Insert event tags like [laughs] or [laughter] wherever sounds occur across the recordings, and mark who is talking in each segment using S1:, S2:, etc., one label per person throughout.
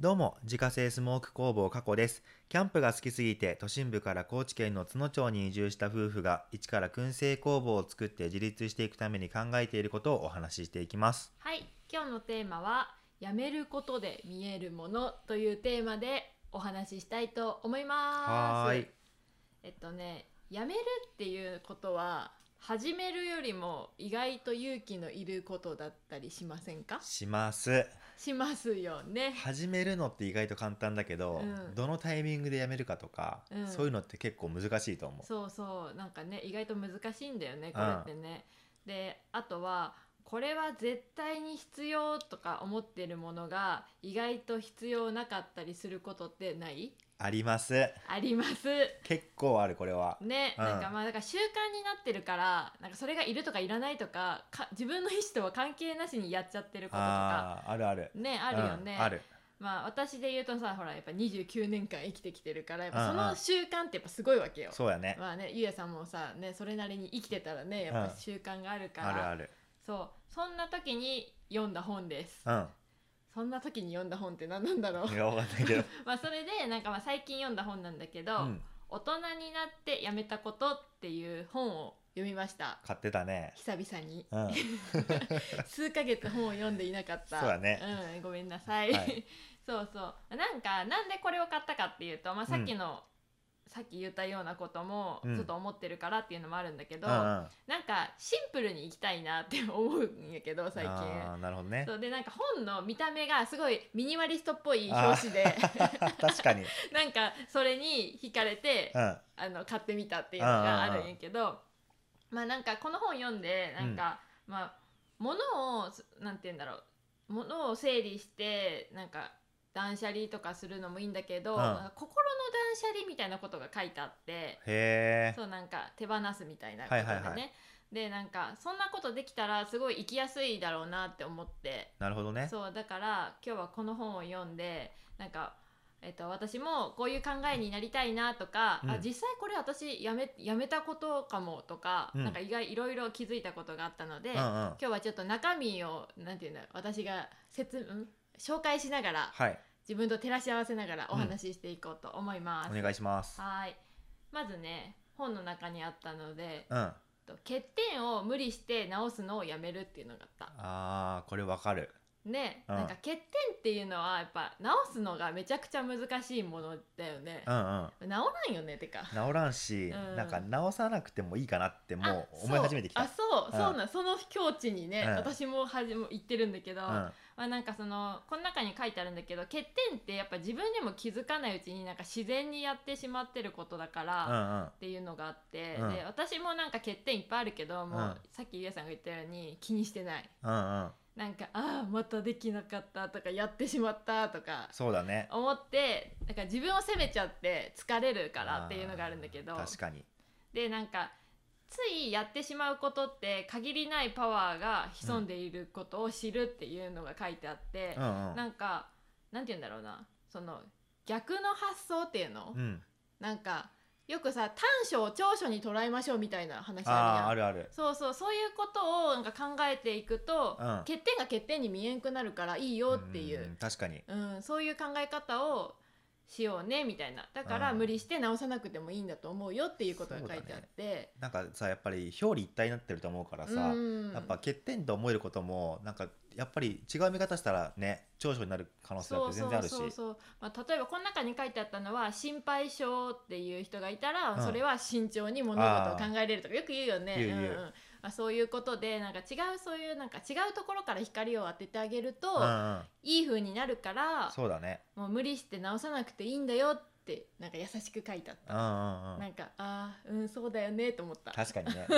S1: どうも、自家製スモーク工房加古です。キャンプが好きすぎて、都心部から高知県の津野町に移住した夫婦が、一から燻製工房を作って自立していくために考えていることをお話ししていきます。
S2: はい、今日のテーマは「やめることで見えるもの」というテーマでお話ししたいと思います。
S1: はーい。
S2: えっとね、やめるっていうことは始めるよりも意外と勇気のいることだったりしませんか？
S1: します。
S2: しますよね。
S1: 始めるのって意外と簡単だけど、
S2: うん
S1: どのタイミングでやめるかとか、
S2: うん
S1: そういうのって結構難しいと思う。
S2: そうそう、なんかね、意外と難しいんだよね、これってね。で、あとは。これは絶対に必要とか思ってるものが意外と必要なかったりすることってない
S1: あります。
S2: あります
S1: 結構ある、これは。
S2: ね、
S1: うん
S2: なんかまあだから習慣になってるからなんかそれがいるとかいらないとかか自分の意思とは関係なしにやっちゃってることとか
S1: ああー、あるある。
S2: ねあるよね、
S1: うんある。
S2: まあ私で言うとさほらやっぱ29年間生きてきてるからやっぱ
S1: うんう
S2: そ
S1: ん
S2: の習慣ってやっぱすごいわけよ、
S1: そうやね。
S2: まあねゆうやさんもさねそれなりに生きてたらねやっぱ習慣があるから、
S1: あるある。
S2: そうそんな時に読んだ本です、
S1: う。
S2: そんな時に読んだ本って何なんだろうん
S1: いや、わかんないけど。
S2: [laughs] まあそれでなんかまあ最近読んだ本なんだけど、
S1: うん。
S2: 大人になってやめたことっていう本を読みました
S1: 買ってたね。
S2: 久
S1: [laughs]
S2: 々に
S1: うん。
S2: [laughs]
S1: はい。
S2: 数ヶ月本を読んでいなかった
S1: そうだね
S2: うん、ごめんなさい、
S1: はい
S2: [laughs] そうそうなんかなんでこれを買ったかっていうと、まあ、さっきの、さっき言ったようなことも
S1: うん
S2: ちょっと思ってるからっていうのもあるんだけ
S1: う
S2: ど、
S1: んうん。あ
S2: なんかシンプルにいきたいなって思うんやけど最近
S1: あー、なるほどね
S2: そ。うでなんか本の見た目がすごいミニマリストっぽい表紙で [laughs]
S1: [laughs] 確かに。
S2: なんかそれに惹かれて
S1: うん。あ
S2: あの買ってみたっていうのがあるんやけどまあなんかこの本読んでなんか、まあ物をなんて言うんだろう物を整理してなんか断捨離とかするのもいいんだけど、
S1: うん
S2: 心の断捨離みたいなことが書いてあって
S1: へえ。
S2: そうなんか手放すみたいなことでね、
S1: はいはいは
S2: でなんかそんなことできたらすごい生きやすいだろうなって思って
S1: なるほどね。
S2: そうだから今日はこの本を読んでなんか、えっと、私もこういう考えになりたいなとか、
S1: うん
S2: あ実際これ私やめやめたことかもとか、
S1: うん
S2: なんか意外いろいろ気づいたことがあったので、
S1: うんうん。
S2: 今
S1: は
S2: 日はちょっと中身をなんていうんだろう私が説、ん、紹介しながら
S1: い。
S2: 自分と照らし合わせながらお話ししていこうと思いま
S1: お
S2: す。
S1: 願いします。
S2: はーいまずね本の中にあったので、
S1: うん。あ
S2: えっと欠点を無理して直すのをやめるっていうのがあった。
S1: あー、これわか
S2: [laughs]
S1: る。
S2: ね、
S1: うん
S2: なんか欠点っていうのはやっぱ直すのがめちゃくちゃ難しいものだよね
S1: う。んうん。
S2: 直らんよねてか。
S1: 直らんし、
S2: うん
S1: なんか直さなくてもいいかなってもう
S2: あ
S1: 思い始めてきた。
S2: そ
S1: う
S2: うあそう、
S1: ん
S2: そうなんその境地にね、
S1: うん
S2: 私もはじも言ってるんだけど、
S1: うん。
S2: まあなんかそのこの中に書いてあるんだけど欠点ってやっぱ自分でも気づかないうちになんか自然にやってしまってることだから。
S1: うんうん。
S2: っていうのがあって、
S1: うん
S2: で私もなんか欠点いっぱいあるけどもう、
S1: うん
S2: さっきゆうやさんが言ったように気にしてない
S1: うんうん。
S2: なんかああまたできなかったとかやってしまったとか
S1: そうだね。
S2: 思ってなんか自分を責めちゃって疲れるからっていうのがあるんだけど
S1: ー確かに。
S2: でなんかついやってしまうことって限りないパワーが潜んでいることを知るっていうのが書いてあって
S1: う、んうん。
S2: なんかなんて言うんだろうなその逆の発想っていうの、
S1: うん。
S2: なんかよくさ短所を長所に捉えましょうみたいな話あ
S1: ああ、あ
S2: るやん。
S1: るある。
S2: そうそうそういうことをなんか考えていくと、
S1: うん
S2: 欠点が欠点に見えんくなるからいいよっていう。
S1: ん確かに。
S2: うん、そういう考え方をしようねみたいなだから
S1: うん
S2: 無理して直さなくてもいいんだと思うよっていうことが書いてあって
S1: なんかさ、やっぱり表裏一体になってると思うから
S2: う,、
S1: さ。
S2: ん、
S1: やっぱ欠点と思えることもなんかやっぱり違う見方したらね長所になる可能性だっ
S2: そ
S1: て
S2: う
S1: 全
S2: そ
S1: 然あ
S2: う
S1: るし
S2: そうそう、まあ、例えばこの中に書いてあったのは心配性っていう人がいたら、
S1: うん
S2: それは慎重に物事を考えれるとかよく言うよね
S1: 言う言うん
S2: んまあ、そういうことでなんか違うそういうなんか違うところから光を当ててあげると、
S1: うんうん、
S2: いい風になるから
S1: そうだね
S2: もう無理して直さなくていいんだよってなんか優しく書いてあった
S1: うんうんう
S2: なんんかああうんそうだよねと思った
S1: 確かに
S2: [laughs]
S1: ね、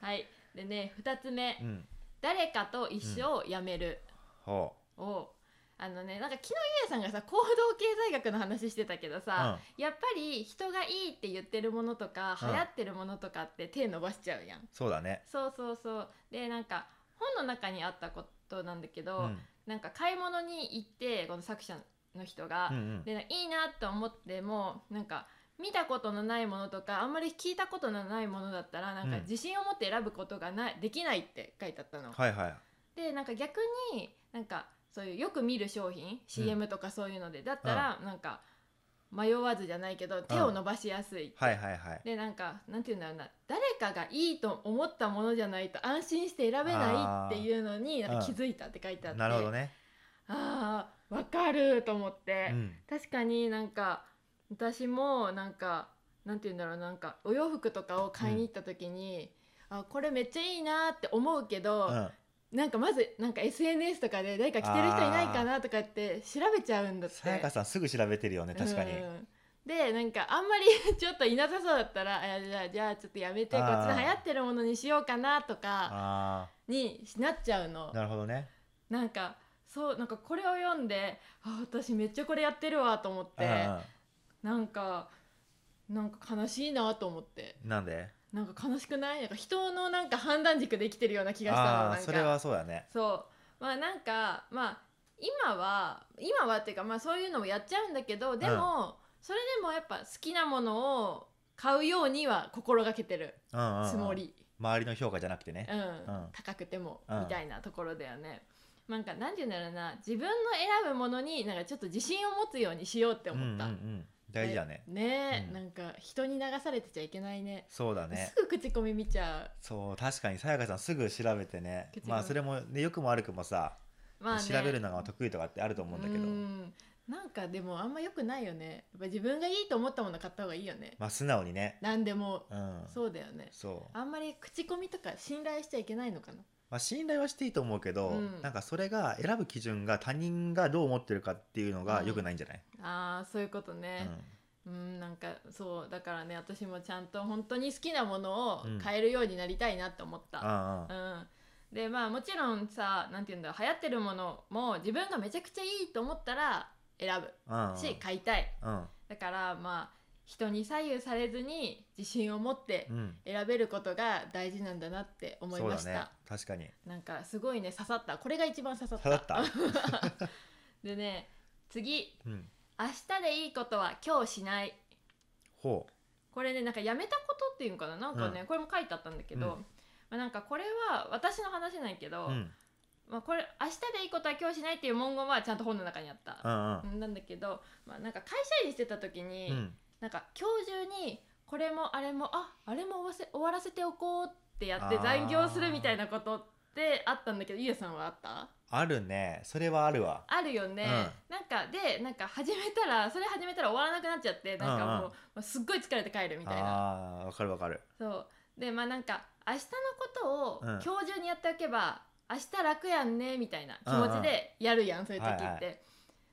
S2: はいでね2つ目
S1: うん、
S2: 「誰かと一緒をやめる
S1: ほ
S2: を」あのねなんか昨日ゆうやさんがさ行動経済学の話してたけど
S1: う、う
S2: さ、
S1: ん、
S2: やっぱり人がいいって言ってるものとか、
S1: うん
S2: 流行ってるものとかって手伸ばしちゃうやん
S1: そうだね
S2: そうそうそうでなんか本の中にあったことなんだけ
S1: う
S2: ど、
S1: ん
S2: なんか買い物に行ってこの作者の人が、
S1: うんうん
S2: でなんかいいなと思ってもなんか見たことのないものとかあんまり聞いたことのないものだったらなんか
S1: うん
S2: 自信を持って選ぶことがないできないって書いてあったの。
S1: はいはい
S2: でなんか逆になんかそういうよく見る商品 CM とかそういうので、だったらなんか迷わずじゃないけど手を伸ばしやすい、
S1: はいはいはい
S2: でなんかなんて言うんだろうな誰かがいいと思ったものじゃないと安心して選べないっていうのに
S1: あー
S2: なんか気づいたって書いてあって、
S1: なるほどね、
S2: あーわかると思っ
S1: う
S2: て、
S1: ん、
S2: 確かになんか私もなんかなんて言うんだろうなんかお洋服とかを買いに行った時に、あこれめっちゃいいなって思うけど、
S1: うん
S2: なんかまずなんか SNS とかで誰か着てる人いないかなとかって調べちゃうんだって。
S1: さやかさんすぐ調べてるよね確かに、
S2: うんでなんかあんまり [laughs] ちょっといなさそうだったらあじゃあじゃあちょっとやめてこ
S1: あ
S2: っ
S1: ー
S2: ちの流行ってるものにしようかなとか
S1: あ
S2: になっちゃうの
S1: あなるほどね
S2: なんかそうなんかこれを読んであ私めっちゃこれやってるわと思っ
S1: うんう
S2: てなんかなんか悲しいなと思って
S1: んなんで
S2: なんか悲しくないなんか人のなんか判断軸で生きてるような気がしたの
S1: あ
S2: なん
S1: あ
S2: か
S1: それはそうだね
S2: そうまあなんかまあ今は今はっていうかまあそういうのもやっちゃうんだけどでも、それでもやっぱ好きなものを買うようには心がけてる
S1: うんうんうん
S2: つもり、
S1: 周りの評価じゃなくてね
S2: うん
S1: うん
S2: 高くても、
S1: うん
S2: みたいなところだよね。なんかなんて言うんだろうな自分の選ぶものになんかちょっと自信を持つようにしようって
S1: うんうん
S2: 思
S1: う
S2: った。
S1: ん大事だね
S2: ねえ、
S1: うん
S2: なんか人に流されてちゃいけないね。
S1: そうだね
S2: すぐ口コミ見ちゃ
S1: そう確かにさやかさんすぐ調べてね
S2: 結論
S1: まあそれもね良くも悪くもさ、
S2: う。まあね、
S1: 調べるのが得意とかってあると思うんだけど
S2: うんなんかでもあんま良くないよねやっぱ自分がいいと思ったもの買った方がいいよね
S1: まあ素直にね
S2: 何でも
S1: うん
S2: そうだよね
S1: そう
S2: あんまり口コミとか信頼しちゃいけないのかな
S1: まあ、信頼はしていいと思うけど、
S2: うん
S1: なんかそれが選ぶ基準が他人がどう思ってるかっていうのが良くないんじゃない、
S2: あーそういうことねうん、なんかそうだからね私もちゃんと本当に好きなものを
S1: うん
S2: 買えるようになりたいなって思っ
S1: うんう
S2: た、
S1: んうん
S2: うんでまあもちろんさなんて言うんだろう流行ってるものも自分がめちゃくちゃいいと思ったら選
S1: うんうん
S2: ぶし、買いたい
S1: うん
S2: だからまあ人に左右されずに自信を持って
S1: うん
S2: 選べることが大事なんだなって思い
S1: そう
S2: ま
S1: だ
S2: した、
S1: ね確かに
S2: なんかすごいね刺さったこれが一番刺さった
S1: 刺さった
S2: [laughs] でね次
S1: うん
S2: 明日でいいことは今日しない
S1: ほ
S2: これねなんかやめたことっていうのかななんかね、これも書いてあったんだけど、
S1: うん
S2: まあ、なんかこれは私の話なんやけど、
S1: ううん
S2: まあ、これ明日でいいことは今日しないっていう文言はちゃんと本の中にあった
S1: う、んうん
S2: なんだけど、まあ、なんか会社員してた時に、
S1: うん
S2: なんか今日中にこれもあれもああれも終わせ終わらせておこうってやって
S1: あー
S2: 残業するみたいなことってあったんだけどゆうさんはあった
S1: あるねそれはあるわ
S2: あるよね、
S1: うん
S2: なんかでなんか始めたらそれ始めたら終わらなくなっちゃってなんかもう
S1: うんうん
S2: もうすっごい疲れて帰るみたいな
S1: あーわかるわかる
S2: そうでまあなんか明日のこ
S1: うん
S2: とを今日中にやっておけば、明日楽やんねみたいな気
S1: うんうん
S2: 持ちでやるやん、そういう時っ
S1: は
S2: て、
S1: いはい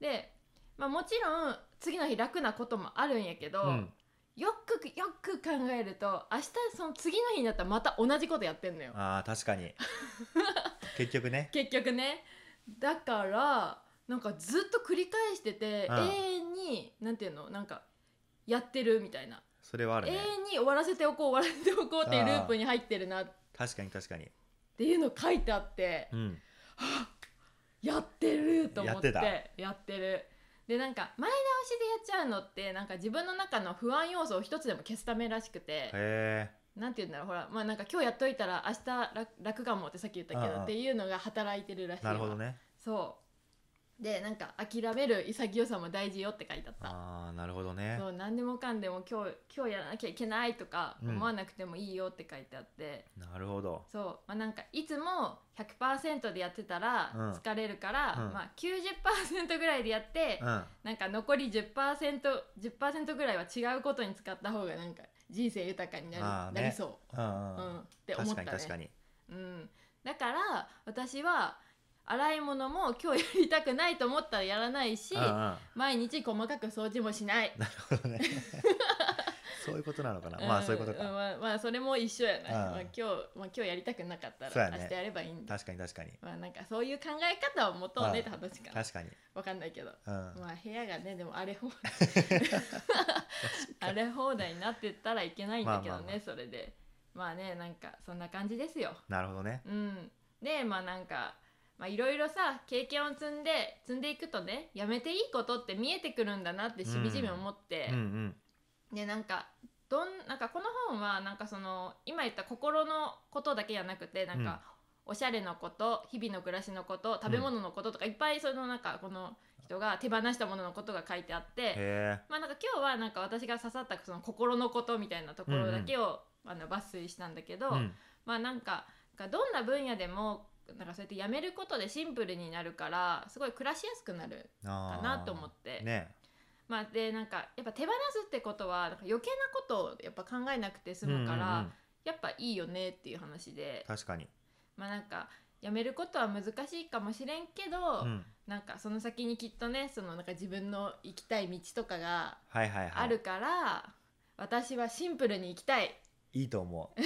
S2: で、まあ、もちろん次の日楽なこともあるんやけど、
S1: うん
S2: よくよく考えると明日その次の日になったらまた同じことやってんのよ
S1: あー確か
S2: [laughs]
S1: に結局ね
S2: 結局ねだからなんかずっと繰り返してて、
S1: うん
S2: 永遠になんていうのなんかやってるみたいな、
S1: それはある
S2: 永
S1: ね
S2: 遠に終わらせておこう終わらせておこうっていうループに入ってるなっ
S1: 確かに確かに
S2: ていうの書いてあって
S1: う、ん
S2: やってると思って
S1: やってた
S2: やってるでなんか前倒しでやっちゃうのってなんか自分の中の不安要素を一つでも消すためらしくて、
S1: へ
S2: なんて言うんだろうほらまあなんか今日やっといたら明日楽楽かもってさっき言ったけ
S1: うんう
S2: ど
S1: ん
S2: っていうのが働いてるらしい
S1: えな
S2: わ
S1: るほどね
S2: そうでなんか諦める潔さも大事よって書いてあった
S1: ああなるほどね
S2: そう何でもかんでも今日今日やらなきゃいけないとか
S1: うん
S2: 思わなくてもいいよって書いてあって、
S1: なるほど
S2: そうまあなんかいつも100%でやってたら
S1: うん
S2: 疲れるから、
S1: うん
S2: まあ90%ぐらいでやって、
S1: うん
S2: なんか残り 10%10% ぐらいは違うことに使った方がなんか人生豊かになる
S1: あーね
S2: なりそうう、
S1: ん
S2: う、
S1: うんん
S2: って思
S1: 確
S2: っ
S1: か
S2: た
S1: に
S2: ね
S1: 確かに
S2: うん、だから私は洗い物も今日やりたくないと思ったらやらないし
S1: うんうんな
S2: 毎日細かく掃除もしない
S1: るほ
S2: [laughs]
S1: どねそういうことなのかなまあ
S2: ん
S1: そういうこと
S2: ん
S1: か
S2: まあ、まあそれも一緒やな、
S1: うん
S2: まあ、今日、まあ、今日やりたくなかった
S1: そう
S2: ら
S1: やね
S2: 明日やればいいんだ、
S1: 確かに確かに
S2: まあなんかそういう考え方を持とうねって話かな
S1: 確かに
S2: わかんないけど
S1: うん
S2: まあ部屋がねでも荒れ
S1: [laughs]
S2: 放題荒れ放題になってったらいけないんだけど
S1: まあ
S2: ね、
S1: まあまあ
S2: それでまあねなんかそんな感じですよ
S1: なるほどね
S2: うん、でまあなんかまあいろいろさ経験を積んで積んでいくとねやめていいことって見えてくるんだなってしみじみ思って
S1: うんう、ん
S2: でなんかどんなんかこの本はなんかその今言った心のことだけじゃなくてなんか、おしゃれのこと日々の暮らしのこと食べ物のこととか、いっぱいそのなんかこの人が手放したもののことが書いてあって、
S1: へ
S2: まあ、なんか今日はなんか私が刺さったその心のことみたいなところだけを、あの抜粋したんだけど、
S1: え、うん
S2: まあなんかなんかどんな分野でもなんかそうやってやめることでシンプルになるからすごい暮らしやすくなる
S1: あ
S2: か
S1: ー
S2: なと思って、
S1: ね
S2: まあ、でなんかやっぱ手放すってことはなんか余計なことをやっぱ考えなくて済むから、
S1: うんうんうん
S2: やっぱいいよねっていう話で
S1: 確かに、
S2: まあなんかやめることは難しいかもしれんけ
S1: う
S2: ど、
S1: ん、
S2: なんかその先にきっとねそのなんか自分の行きたい道とかが
S1: はいはいはい
S2: あるから、私はシンプルに行きたいっ
S1: いいと思う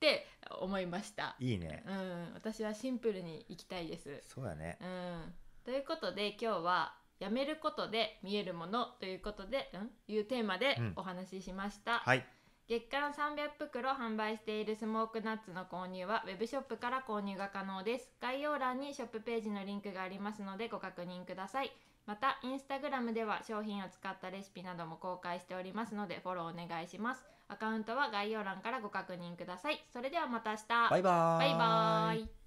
S2: て思いました。
S1: いいね
S2: うん、私はシンプルに行きたいです。
S1: そうだね
S2: うん、ということで今日は「やめることで見えるもの」ということで、ん、いうテーマで
S1: うん
S2: お話ししました、
S1: はい
S2: 月間300袋販売しているスモークナッツの購入はウェブショップから購入が可能です概要欄にショップページのリンクがありますのでご確認くださいまたインスタグラムでは商品を使ったレシピなども公開しておりますのでフォローお願いしますアカウントは概要欄からご確認くださいそれではまた明日
S1: バイバー
S2: バイバーイ